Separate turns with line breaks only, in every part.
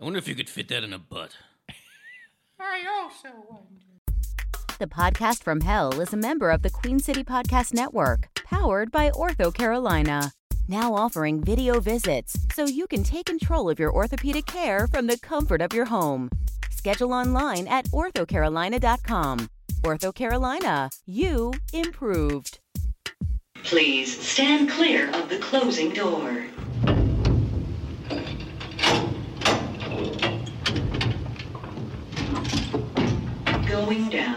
I wonder if you could fit that in a butt.
I also wonder.
The Podcast from Hell is a member of the Queen City Podcast Network, powered by Ortho Carolina. Now offering video visits so you can take control of your orthopedic care from the comfort of your home. Schedule online at orthocarolina.com. Ortho Carolina, you improved.
Please stand clear of the closing door. Going down.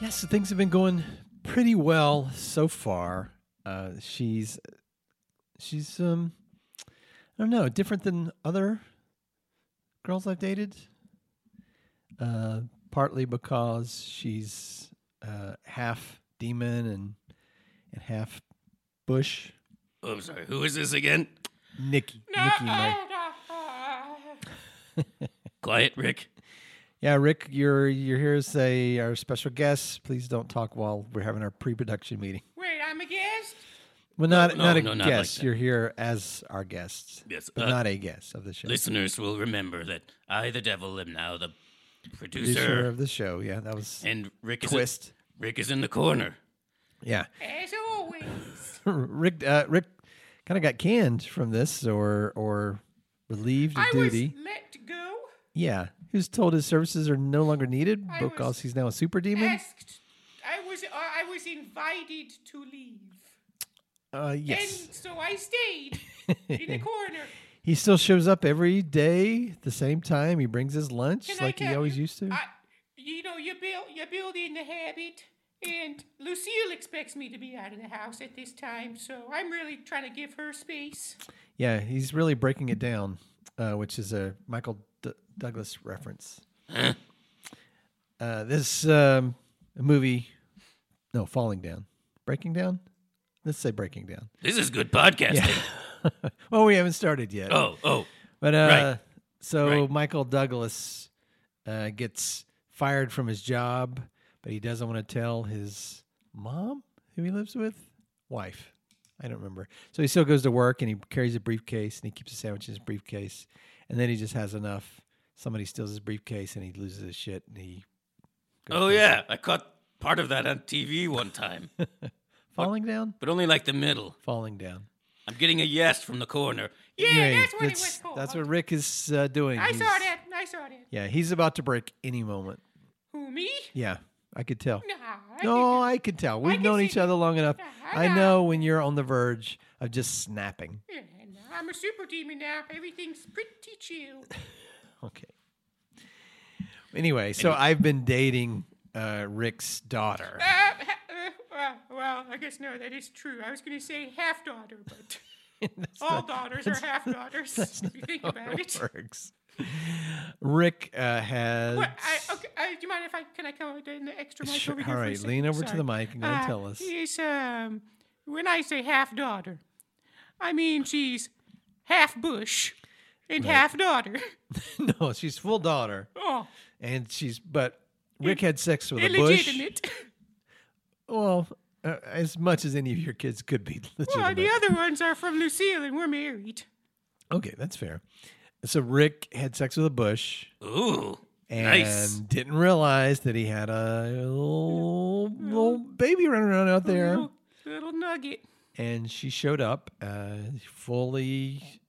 Yes, so things have been going pretty well so far. Uh, she's she's um I don't know, different than other girls I've dated. Uh, partly because she's uh, half demon and and half bush.
Oh, I'm sorry. Who is this again?
Nikki, Nikki, my,
Quiet, Rick.
Yeah, Rick, you're you're here as a our special guest. Please don't talk while we're having our pre-production meeting.
Wait, I'm a guest?
Well, not
no,
not a
no, not like
guest.
that.
you're here as our guest,
Yes,
but
uh,
not a guest of the show.
Listeners will remember that I, the devil, am now the producer,
Producer of the show. Yeah, that was
and Rick is
twist.
Rick is in the corner.
Yeah,
As always.
Rick uh, Rick kind of got canned from this, or or relieved of
I was
duty.
let go,
Yeah, he was told his services are no longer needed
I was
because he's now a super demon.
asked. I was uh, I was invited to leave.
Uh, yes,
And so I stayed in the corner.
He still shows up every day at the same time. He brings his lunch
Can I
like he
tell
always
you,
used to.
I, you know, you build you build in the habit, and Lucille expects me to be out of the house at this time, so I'm really trying to give her space.
yeah, he's really breaking it down, uh, which is a Michael D- Douglas reference. uh, this um, movie, no, Falling Down. Breaking Down? Let's say Breaking Down.
This is good podcasting.
well, we haven't started yet.
Oh, oh,
But uh,
Right.
so
Right.
Michael Douglas uh, gets fired from his job, but he doesn't want to tell his mom who he lives with, wife. I don't remember. So he still goes to work and he carries a briefcase and he keeps a sandwich in his briefcase, and then he just has enough. Somebody steals his briefcase and he loses his shit and he goes
oh
crazy.
yeah. I caught part of that on TV one time,
falling down,
but only like the middle.
falling down.
I'm getting a yes from the corner.
Yeah,
Anyway,
that's what it was called.
That's what Rick is uh, doing.
I
He's-
saw that. I saw that.
Yeah, he's about to break any moment.
Who me?
Yeah, I could tell.
Nah. I
No,
think-
I can tell. We've
can
known
see
each other long enough.
Yeah, I
I know when you're on the verge of just snapping.
Yeah, nah, I'm a super demon now. Everything's pretty chill.
Okay. Anyway, so I've been dating uh, Rick's daughter.
Uh, ha- uh, uh, well, I guess no, that is true. I was going to say half daughter, but all daughters are half daugers. If you think about it.
Works. Rick uh, has.
What, I, okay, uh, do you mind if I can I come up in the extra mic
Sure,
over here?
all
for a
right,
second?
lean over to
Sorry.
the mic and go
uh,
tell us.
Is um, when I say half daughter, I mean she's half bush and half daughter.
No, she's full daughter,
Oh,
and she's but Rick had sex with a bush.
illegitimate.
Well, uh, as much as any of your kids could be
well,
legitimate.
the other ones are from Lucille, and we're married.
okay, that's fair. So Rick had sex with a bush.
Ooh,
and
nice.
didn't realize that he had a little, little baby running around out
Oh,
there.
Little, little nugget
And she showed up, uh, fully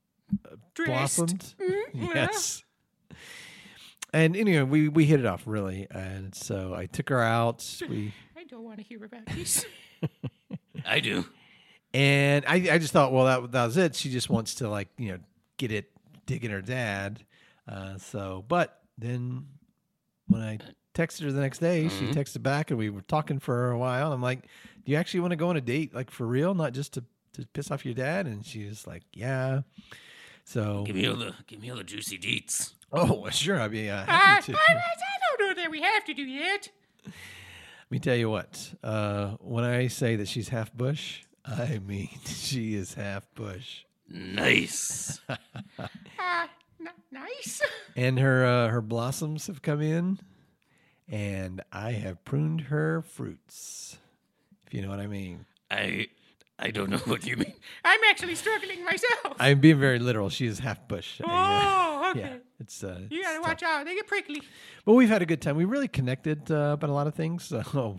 dressed.
blossomed.
Mm-hmm.
Mm, yeah.
Yes. And anyway, we we hit it off really, and so I took her out. We
I don't want to hear about this.
I do.
and I I just thought, well, that that was it. She just wants to like you know get it digging her dad. Uh, so, but then when I texted her the next day, she texted back, and we were talking for a while. And I'm like, do you actually want to go on a date, like for real, not just to to piss off your dad?" And she's like, "Yeah." So,
Give me all the give me all the juicy deets.
oh, sure, I'd be uh,
I,
happy
I,
to.
I don't know that we have to do yet.
Let me tell you what. Uh, when I say that she's half bush, I mean she is half bush,
Nice.
Uh, n- nice.
and her uh, her blossoms have come in, and I have pruned her fruits. If you know what I mean.
I I don't know what you mean.
I'm actually struggling myself.
I'm being very literal. She is half bush. Uh, yeah.
oh, okay.
Yeah, it's uh,
You gotta
it's
watch out. They get prickly.
But we've had a good time. We really connected uh, about a lot of things. So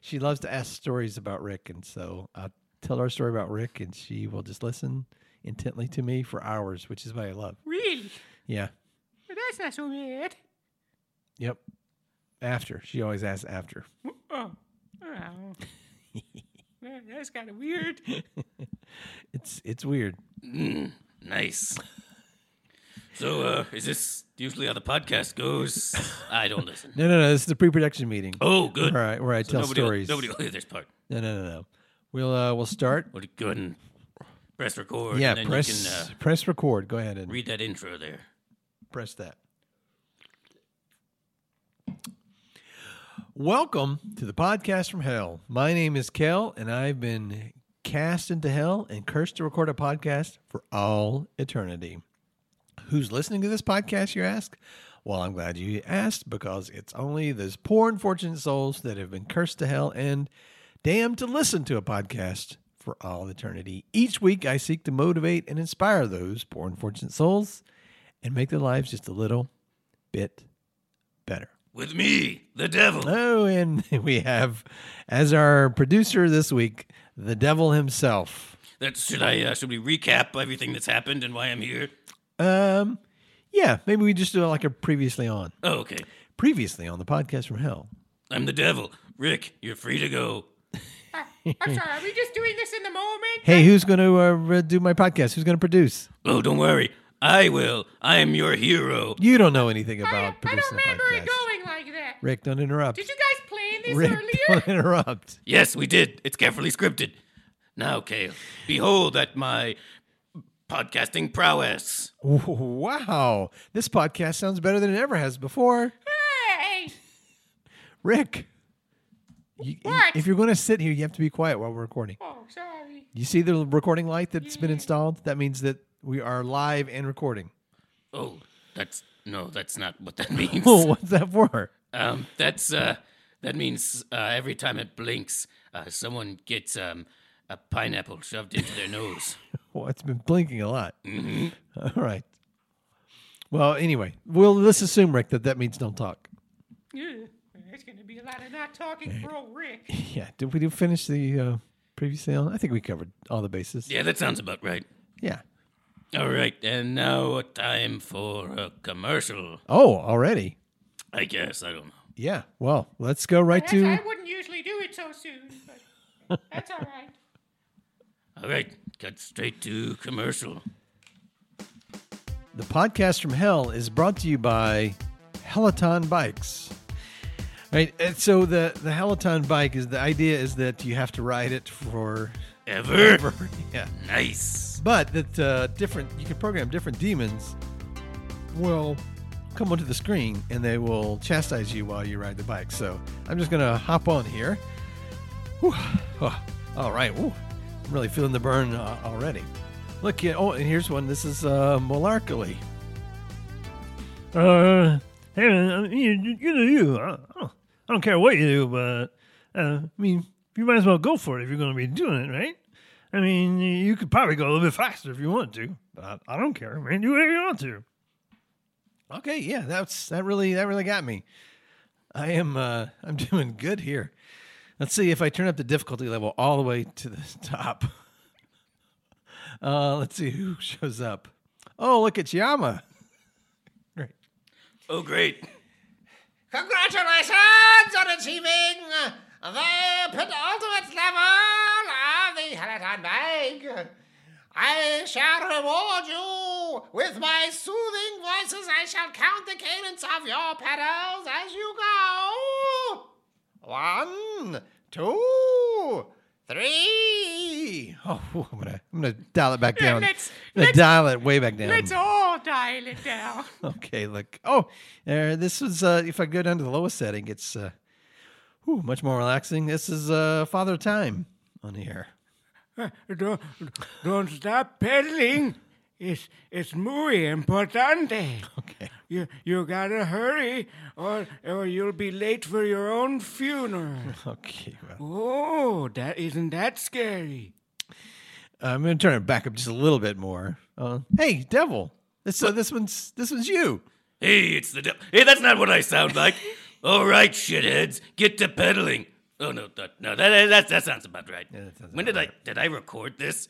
she loves to ask stories about Rick, and so I'll tell her a story about Rick, and she will just listen intently to me for hours, which is what I love.
Really?
Yeah.
But that's not so bad.
Yep. After she always asks after.
Oh. oh. Man, that's kind of weird.
It's it's weird.
Nice. So uh is this usually how the podcast goes? I don't listen.
No, no, no. This is the pre-production meeting.
Oh good.
Where I, where I
So
tell
nobody will-
stories.
nobody will hear this part.
No, no, no, no. We'll uh, we'll start.
Well, go ahead and press record.
yeah,
and then
press
You can uh,
press record. Go ahead and
read that intro there.
press that. Welcome to the podcast from hell. My name is Kel, and I've been cast into hell and cursed to record a podcast for all eternity. Who's listening to this podcast, you ask? Well, I'm glad you asked because it's only those poor unfortunate souls that have been cursed to hell and damned to listen to a podcast for all eternity. Each week, I seek to motivate and inspire those poor unfortunate souls and make their lives just a little bit better.
With me, the devil.
Oh, and we have as our producer this week, the devil himself.
That's should I uh, should we recap everything that's happened and why I'm here?
Um, yeah, maybe we just do it like a previously on.
Oh, okay.
Previously on the podcast from hell.
I'm the devil. Rick, you're free to go.
I'm sorry. Are we just doing this in the moment?
Hey, who's going to uh, re- do my podcast? Who's going to produce?
Oh, don't worry. I will. I am your hero.
You don't know anything
I,
about
I don't
producing
remember
a podcast.
it going like that.
Rick, don't interrupt.
Did you guys plan this
Rick,
earlier?
don't interrupt.
Yes, we did. It's carefully scripted. Now, Kale, behold at my podcasting prowess.
Wow, this podcast sounds better than it ever has before.
Hey,
Rick, you,
What?
if you're going to sit here, you have to be quiet while we're recording.
Oh, sorry.
You see the recording light that's been installed? That means that we are live and recording.
Oh, that's no, that's not what that means.
Oh, what's that for?
Um, that's uh, that means uh, every time it blinks, uh, someone gets um, a pineapple shoved into their nose.
Well, it's been blinking a lot. All right. Well, anyway, well, let's assume, Rick, that that means don't talk.
Yeah. There's going to be a lot of not talking for old Rick.
Yeah. Did we do finish the uh, previous sale? I think we covered all the bases.
Yeah, that sounds about right.
Yeah.
All right, and now time for a commercial.
Oh, already.
I guess I don't know.
Yeah. Well, let's go right
That's-
to.
I wouldn't usually do it so soon, but that's all right.
All right, cut straight to commercial.
The podcast from hell is brought to you by Helaton Bikes. Right, and so the the Helaton bike is the idea is that you have to ride it for
Ever
yeah,
nice.
but that uh, different you can program different demons will come onto the screen and they will chastise you while you ride the bike. So I'm just gonna hop on here. Whew. Oh, all right, Whew. I'm really feeling the burn uh, already. Look, yeah, oh, and here's one. This is uh, Malarkey.
Uh, hey, man, I mean, you, you do you. I, I don't- I don't care what you do, but uh, I mean, you might as well go for it if you're going to be doing it, right? I mean, you could probably go a little bit faster if you want to, but I, I don't care, man. Do whatever you want to.
Okay, yeah, that's that really that really got me. I am uh I'm doing good here. Let's see if I turn up the difficulty level all the way to the top. Uh let's see who shows up. Oh, look at Yama. Great.
Oh, great.
Congratulations on achieving the penultimate level of the Helaton Bag. I shall reward you with my soothing voices. I shall count the cadence of your pedals as you go.
One, two, three. Oh, whew, I'm gonna I'm gonna dial it back
Yeah,
down.
let's-
I'm gonna
let's-
dial it way back down.
Let's all dial it down.
Okay, look. Oh, uh, this is uh, if I go down to the lowest setting, it's uh, whew, much more relaxing. This is uh, Father Time on here.
Don't, don't stop pedaling. It's it's muy importante.
Okay.
You you gotta hurry, or or you'll be late for your own funeral.
Okay. Well,
Oh, that isn't that scary.
I'm gonna turn it back up just a little bit more. Uh, hey, Devil. This, so this one's this one's you.
Hey, it's the devil. Hey, that's not what I sound like. All right, shitheads, get to pedaling. Oh no, that, no, that, that that sounds about right.
that sounds
when did I did I record this?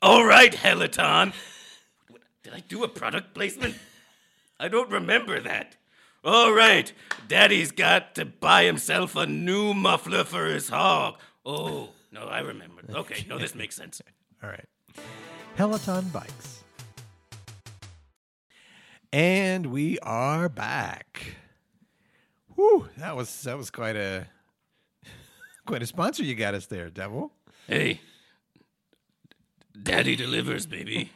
All right, Helaton. Did I do a product placement? I don't remember that. All right, Daddy's got to buy himself a new muffler for his hog. Oh no, I remember. Okay, no, this makes sense.
All right. Peloton bikes. And we are back. Whew, that was that was quite a quite a sponsor you got us there, Devil.
Hey, Daddy delivers, baby.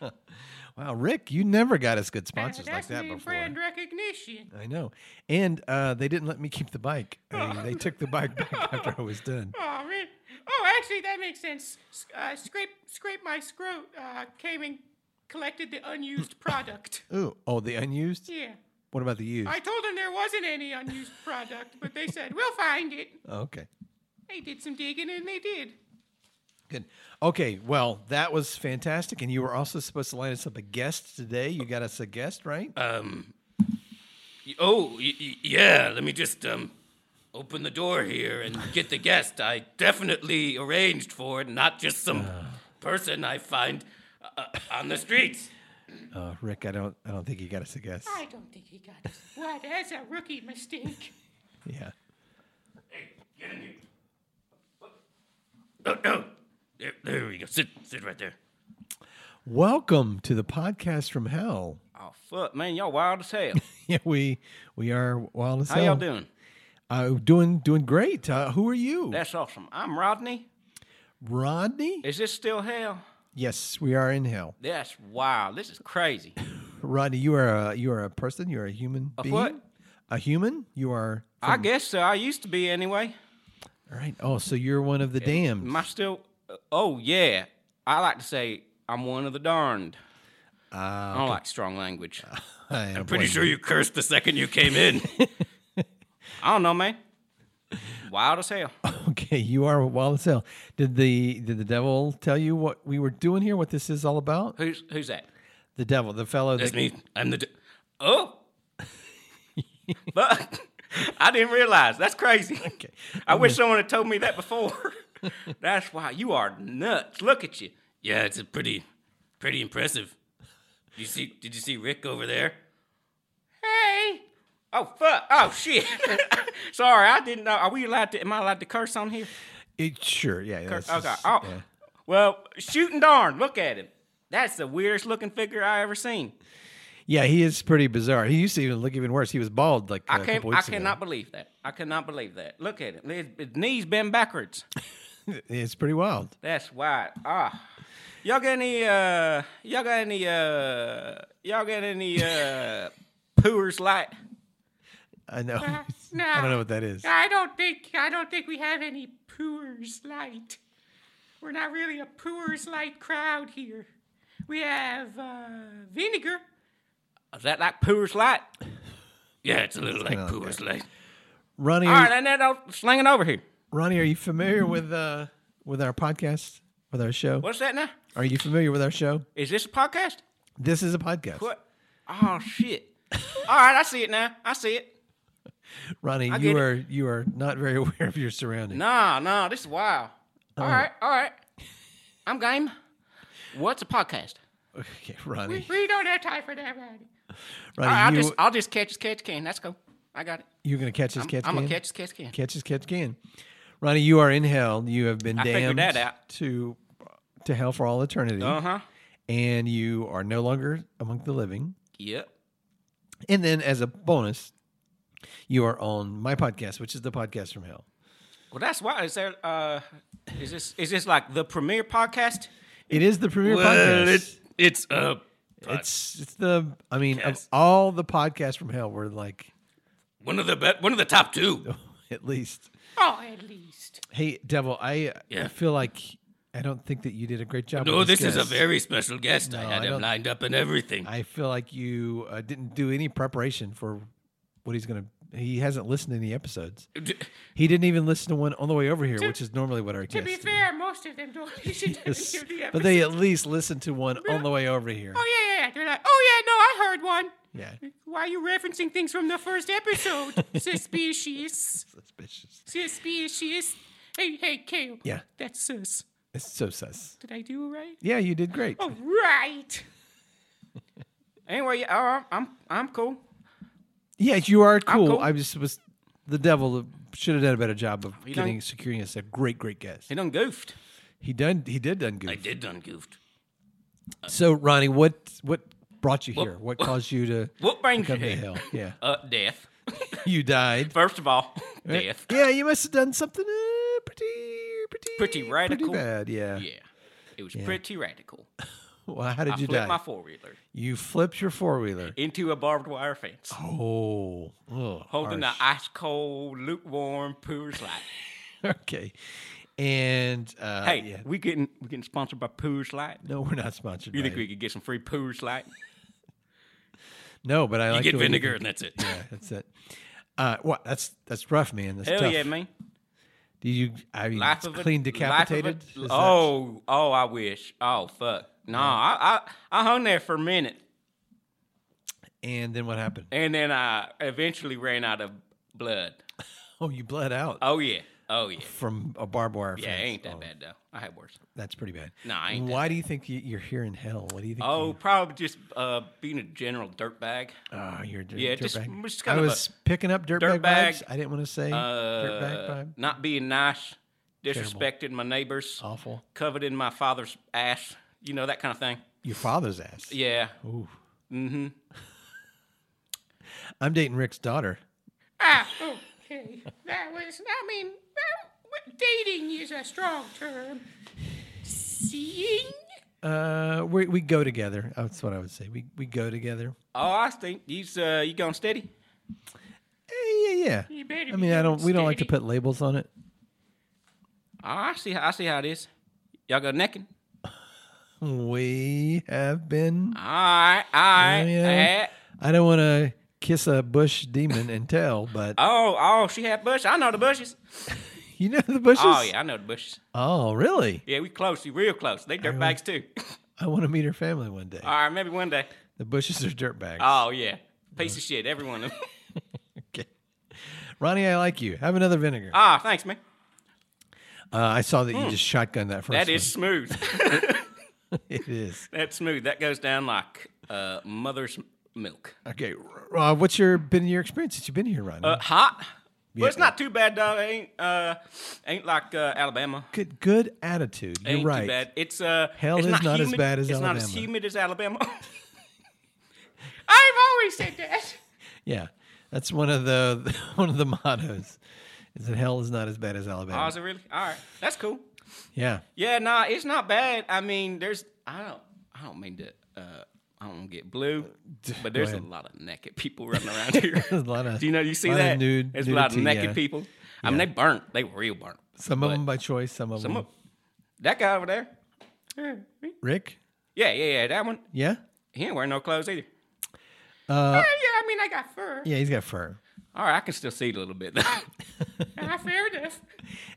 Wow, Rick, you never got us good sponsors like
That's
that
name
before.
brand recognition.
I know. And uh, they didn't let me keep the bike. I mean, they took the bike back after I was done.
Oh, really? oh, actually, that makes sense. S- Uh, scrape, scrape my scrote. Uh, came and collected the unused product.
Ooh, oh, the unused?
Yeah,
What about the used?
I told them there wasn't any unused product, but they said we'll find it.
Oh, okay.
They did some digging and they did.
Good. Okay. Well, that was fantastic. And you were also supposed to line us up a guest today. You got us a guest, right?
Uh,
Um. y- Oh, y- y- yeah. Let me just um open the door here and get the guest. I definitely arranged for it, not just some
Uh.
person I find uh, uh, on the streets.
Uh, Rick, I don't, I don't think you got us a guest.
I don't think he got it. What? That's a rookie mistake.
Yeah.
Hey, get in here. Oh no! There, there we go. Sit, sit right there.
Welcome to the podcast from hell.
Oh fuck, man, y'all wild as hell.
Yeah, we we are wild as
How
hell.
y'all doing?
Uh, doing doing great. Uh, who are you,
That's awesome. I'm Rodney.
Rodney?
Is this still hell?
yes, we are in hell.
That's wild. This is crazy.
Rodney, you are a you are a person. You are a human
A
being.
what?
A human. You are.
I guess so. I used to be anyway.
All right. Oh, so you're one of the damned.
Am I still? uh, Oh yeah. I like to say I'm one of the darned. I don't like strong language.
I'm
Pretty sure you cursed the second you came in.
I don't know, man. Wild as hell.
Okay, you are wild as hell. Did the did the devil tell you what we were doing here? What this is all about?
Who's who's that?
The devil, the fellow.
That's
That,
me. I'm the. D- oh,
But I didn't realize. That's crazy. I wish someone had told me that before. That's why you are nuts. Look at you.
yeah. It's a pretty, pretty impressive. You see? Did you see Rick over there?
Hey,
Oh fuck! Oh shit! Sorry, I didn't know. Are we allowed to? Am I allowed to curse on here?
it, sure, yeah. that's
okay.
just-
oh,
yeah.
well, shooting darn! Look at him. That's the weirdest looking figure I ever seen.
Yeah, he is pretty bizarre. He used to even look even worse. He was bald like
I
a
can't.
couple
I
weeks ago.
cannot believe that. I cannot believe that. Look at him. His, his knees bend backwards.
It's pretty wild.
That's why. Ah. Y'all got any? Uh, y'all got any? Uh, y'all got any? Uh, Poor's Light.
I know.
no.
I don't know what that is.
I don't think I don't think we have any Poor's Light. We're not really a Poor's Light crowd here. We have uh, vinegar.
Is that like Poor's Light?
Yeah, it's a little like Poor's Light.
Ronnie,
All
are
right,
you,
and then I'll sling it over here.
Ronnie, are you
Mm-hmm.
familiar with uh with our podcast, with our show?
What's that now?
Are you familiar with our show?
Is this a podcast?
This is a podcast.
What? Oh shit! All right, I see it now. I see it.
Ronnie,
I
you
get it.
are you are not very aware of your surroundings.
Nah, nah, this is wild.
Uh.
All right, all right. I'm game. What's a podcast?
Okay, Ronnie.
We don't have time for that, Ronnie.
Ronnie,
All right, I'll
you,
just, I'll just catch as catch can. That's cool. I got it.
you're gonna catch this
I'm,
catch
I'm
can?
a catch as catch can.
Catch as catch can. Ronnie, you are in hell. You have been
I figured that
damned
out.
to to hell for all eternity.
Uh huh.
And you are no longer among the living.
Yep.
And then as a bonus, you are on my podcast, which is the podcast from hell.
Well, that's why. Is there? Uh, is this? Is this like the premiere podcast?
It is the premier
Well,
podcast.
it, it's uh, a
it's it's the I mean of
Yes.
all the podcasts from hell, we're like
one of the be- one of the top two.
at least.
Oh, at least.
Hey, Devil, I I
Yeah.
feel like I don't think that you did a great job.
No,
with
Oh, this is a
guest.
very special guest. I
No,
had
I don't-
him lined up and everything.
I feel like you uh, didn't do any preparation for what he's gonna. He hasn't listened to any episodes.
D-
He didn't even listen to one on the way over here, which is normally what
To
our guests
be
do.
fair, most of them don't listen to
Yes,
any of the episodes.
but they at least listen to one on the way over here.
Oh yeah, yeah, yeah. They're like, oh yeah, no, I heard one.
Yeah,
Why are you referencing things from the first episode? Suspicious.
suspicious.
Suspicious. Hey, hey, Kale.
Yeah.
That's sus.
It's so sus.
Did I do all right?
Yeah, you did great.
Oh,
All right.
Anyway, yeah, all right, I'm I'm cool.
Yeah, you are cool.
cool.
I just was the devil should have done a better job of
done-
getting securing us a great, great guest.
He done goofed.
He done he did done good.
I did done goofed.
So Ronnie, what what brought you here? What caused you to
What brings you
come to
here?
hell? Yeah,
Uh, death.
you died.
First of all, death.
Yeah, you must have done something uh, pretty, pretty,
Pretty radical.
bad. Yeah.
Yeah, it was pretty radical.
Well, how did
I
you
flipped
die?
my four wheeler
you flipped your four wheeler.
into a barbed wire fence,
Oh, oh,
holding the ice cold, lukewarm Poor's Light.
okay. And uh,
Hey,
yeah.
we getting we getting sponsored by Poor's Light.
no, we're not sponsored.
You
by
think we could get some free Poor's Light?
No, but I
You
like
get
the way
vinegar
think-
and that's it.
Yeah, that's it. Uh, what? That's that's rough, man. That's
Hell
tough.
yeah, man!
Do you? I mean,
Life
it's
of a
clean
life of a-
decapitated. Is that-
oh, oh, I wish. Oh, fuck. No, I, I I hung there for a minute,
and then what happened?
and then I eventually ran out of blood.
Oh, you bled out
Oh yeah, oh yeah.
from a barbed wire.
Yeah,
fence.
it ain't that
Oh,
bad though. I had worse.
That's pretty bad.
No, I ain't that
Why do you think you- you're here in hell? What do you think?
Oh, probably just uh, being a general dirtbag.
Oh, you're a dirt,
Yeah,
dirtbag.
just- just
I
kind of a
was picking up
dirtbag,
dirtbag vibes. I didn't want to say dirtbag
Uh,
vibe.
not being nice, disrespected my neighbors,
Awful.
coveting my father's ass. You know that kind of thing.
Your father's ass.
Yeah.
Oh. I'm dating Rick's daughter.
Ah, okay. That was, I mean, well, what- dating is a strong term. Seeing?
Uh, we we go together. That's what I would say. We we go together.
Oh, I think he's uh, you going steady.
Eh, yeah, yeah.
You better be
I mean, I don't. We don't like to
steady.
put labels on it.
Oh, I see. I see how it is. Y'all go necking.
We have been.
All right. All right.
Oh, yeah.
eh.
I don't want to kiss a bush demon and tell, but
Uh,
Oh, oh, she had bushes. I know the bushes.
you know the bushes.
Oh yeah, I know the bushes.
Oh, really?
Yeah, we close. We real close. They dirtbags too.
I want to meet her family one day.
All
Uh,
right, maybe one day.
The bushes are dirtbags.
Oh yeah, piece of shit. Every one of them.
Okay. Ronnie, I like you. Have another vinegar.
Ah, thanks, man.
Uh, I saw that you just shotgunned that first.
Hmm. That is smooth.
one. it is.
That's smooth. That goes down like uh, mother's milk.
Okay, R- uh, what's your been your experience since you've been here, Ronnie?
Uh, hot. Well, it's not too bad though. It ain't uh, ain't like uh, Alabama.
good, good attitude. You're
Ain't
right.
too bad. It's uh,
Hell
it's
is not as
humid.
bad as
it's not as
Alabama.
humid as Alabama.
I've always said that.
Yeah, that's one of the one of the mottos. Is that hell is not as bad as
oh,
Alabama?
is it really? All right, that's cool.
Yeah,
Yeah, nah, it's not bad. I mean, there's I don't I don't mean to uh, I don't wanna get blue, but there's a
ahead.
lot of naked people running around here.
There's a lot of-
Do you know you see
lot of
that?
nude-
there's a lot of
nudity,
naked
yeah.
people. I mean, they burnt. They were real burnt.
some of them by choice, some of
Some of-
them.
That guy over there.
Rick,
Yeah, yeah, yeah. That one.
yeah,
He ain't wearing no clothes either.
Uh,
Uh,
Yeah, yeah, I mean, I got fur.
yeah, he's got fur,
All right, I can still see it a little bit though.
Ah, fair enough.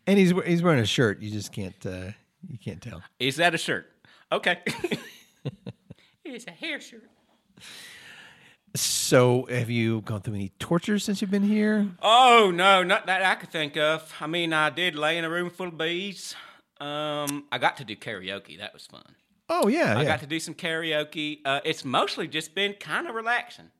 and he's we- he's wearing a shirt. You just can't uh, you can't tell.
Is that a shirt? Okay.
It's a hair shirt.
So, have you gone through any torture since you've been here?
oh no, not that I could think of. I mean, I did lay in a room full of bees. Um, I got to do karaoke. That was fun.
Oh yeah,
I
yeah.
got to do some karaoke. Uh, it's mostly just been kind of relaxing.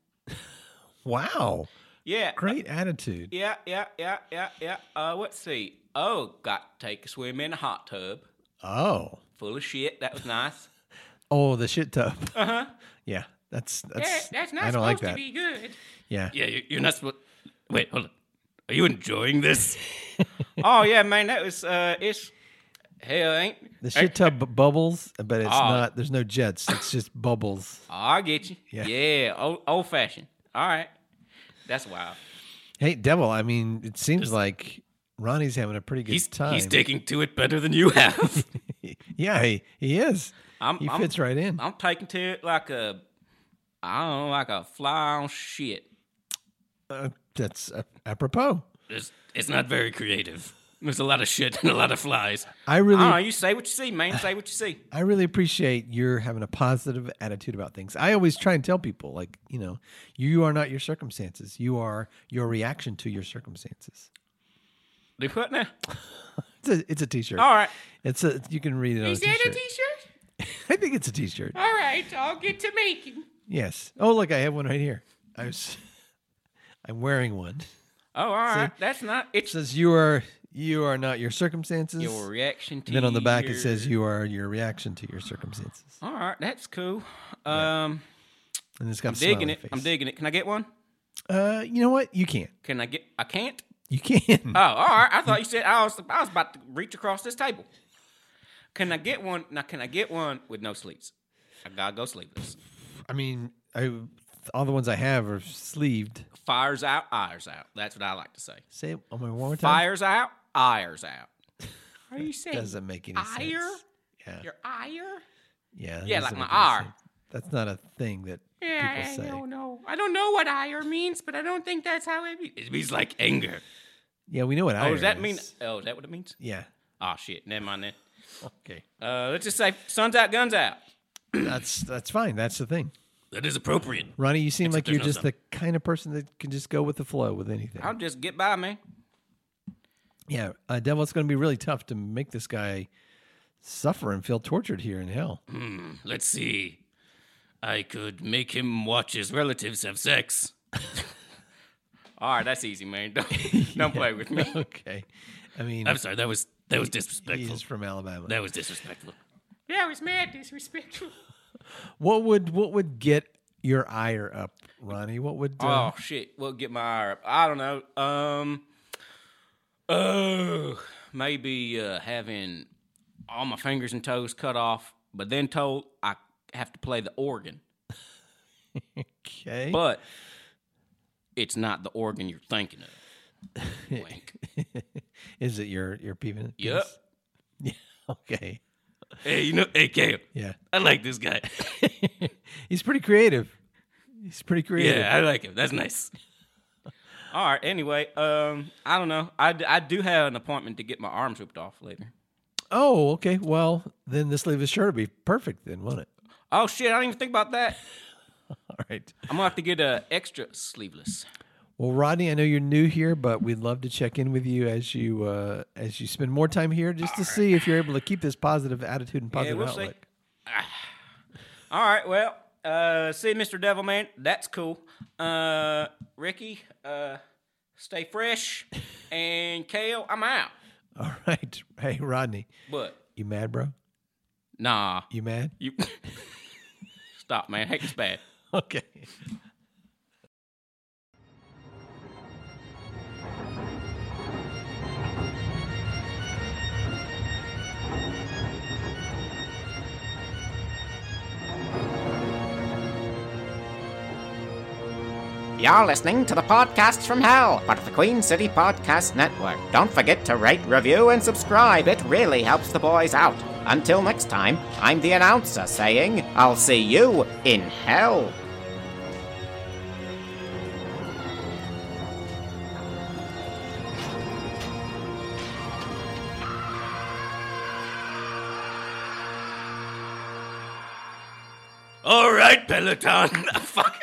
wow,
Yeah.
great attitude.
Yeah, yeah, yeah, yeah, yeah. Uh, let's see. Oh, got to take a swim in a hot tub
Oh,
full of shit. That was nice.
oh, the shit tub. Uh huh. Yeah, that's
That,
that's
that's not
I
supposed
don't like that.
to be good.
Yeah.
Yeah, you- you're not supposed. Wait, hold on. Are you enjoying this?
oh yeah, man, that was uh, it's hell ain't.
The shit tub bu- bubbles, but it's
Ah.
not. There's no jets. It's just bubbles.
I get you.
Yeah.
Yeah, old, old fashioned. All right, that's wild.
Hey, devil. I mean, it seems like Ronnie's having a pretty good
He's
time.
he's taking to it better than you have.
yeah, he, he is.
I'm-
he
I'm-
fits right in.
I'm taking to it like a, I don't know, like a fly on shit.
Uh, that's uh, apropos.
it's, it's not very creative. There's a lot of shit and a lot of flies.
I really,
I don't know. You say what you see, man. Say what you see.
I really appreciate your having a positive attitude about things. I always try and tell people, like, you know, you are not your circumstances. You are your reaction to your circumstances.
They put now.
It's a, it's a t-shirt.
All right.
It's a, you can read it on
Is
a
that a
t-shirt.
t-shirt?
I think it's a t-shirt.
All right, I'll get to making.
Yes. Oh, look, I have one right here. I was, I'm wearing one.
Oh, all right. That's not.
It
It's
says you are, you are not your circumstances.
your reaction to.
and then on the back it
your-
says you are your reaction to your circumstances.
All right, that's cool. Um,
And it's got
I'm
a smiley
digging it.
face.
I'm digging it. Can I get one?
Uh, you know what? You can't.
Can I get? I can't.
You can.
Oh, all right. I thought you said I was. I was about to reach across this table. Can I get one? Now, can I get one with no sleeves? I gotta go sleeveless.
I mean, I all the ones I have are sleeved.
Fires out, ires out. That's what I like to say.
Say it on my one more time.
Fires out, ires out.
Are you saying
doesn't make any sense.
ire?
Yeah,
Your ire?
yeah, that
Yeah,
doesn't
like my
make any
R.
sense. That's not a thing that
Yeah,
people
I
say.
don't know. I don't know what ire means, but I don't think that's how it. Be-
It means like anger.
Yeah, we know what
Oh,
ire
does that mean?
is.
Oh, is that what it means?
Yeah.
Oh shit. Never mind then.
Okay.
Uh, let's just say sun's out, guns out.
that's that's fine. That's the thing.
That is appropriate.
Ronnie, you seem
Except
like you're
there's
just
no
the kind of person that can just go with the flow with anything.
I'll just get by, man.
yeah, uh, devil, it's going to be really tough to make this guy suffer and feel tortured here in hell.
Let's see. I could make him watch his relatives have sex.
All right, that's easy, man. Don't, don't play with me.
okay. I mean,
I'm sorry, that was that was
he
disrespectful.
is from Alabama.
That was disrespectful.
that was mad disrespectful.
What would what would get your ire up, Ronnie? What would uh,
Oh shit! We'll get my ire up. I don't know. Um, oh, maybe uh, having all my fingers and toes cut off, but then told I have to play the organ,
okay?
but it's not the organ you're thinking of. Wink.
Is it your your peeping?
Yep.
Yeah. Okay.
Hey, you know, hey Caleb,
Yeah.
I like this guy.
He's pretty creative. He's pretty creative.
yeah, I like him. That's nice.
All right. Anyway, um, I don't know. I, d- I do have an appointment to get my arms ripped off later.
Oh, okay. Well, then this leave is sure to be perfect. Then, won't it?
Oh shit! I didn't even think about that.
All right.
I'm gonna have to get a extra sleeveless.
Well, Rodney, I know you're new here, but we'd love to check in with you as you uh, as you spend more time here, just to see if you're able to keep this positive attitude and positive
we'll see.
outlook.
All right, well, uh, see, Mr. Devilman, that's cool. Uh, Ricky, uh, stay fresh, and Kale, I'm out.
All right. Hey, Rodney,
But
you mad, bro?
nah,
You mad?
you stop, man. Hate this bad.
Okay.
You're listening to the podcast from Hell, part of the Queen City Podcast Network. Don't forget to rate, review, and subscribe. It really helps the boys out. Until next time, I'm the announcer saying, I'll see you in hell.
All right, Peloton. Fuck.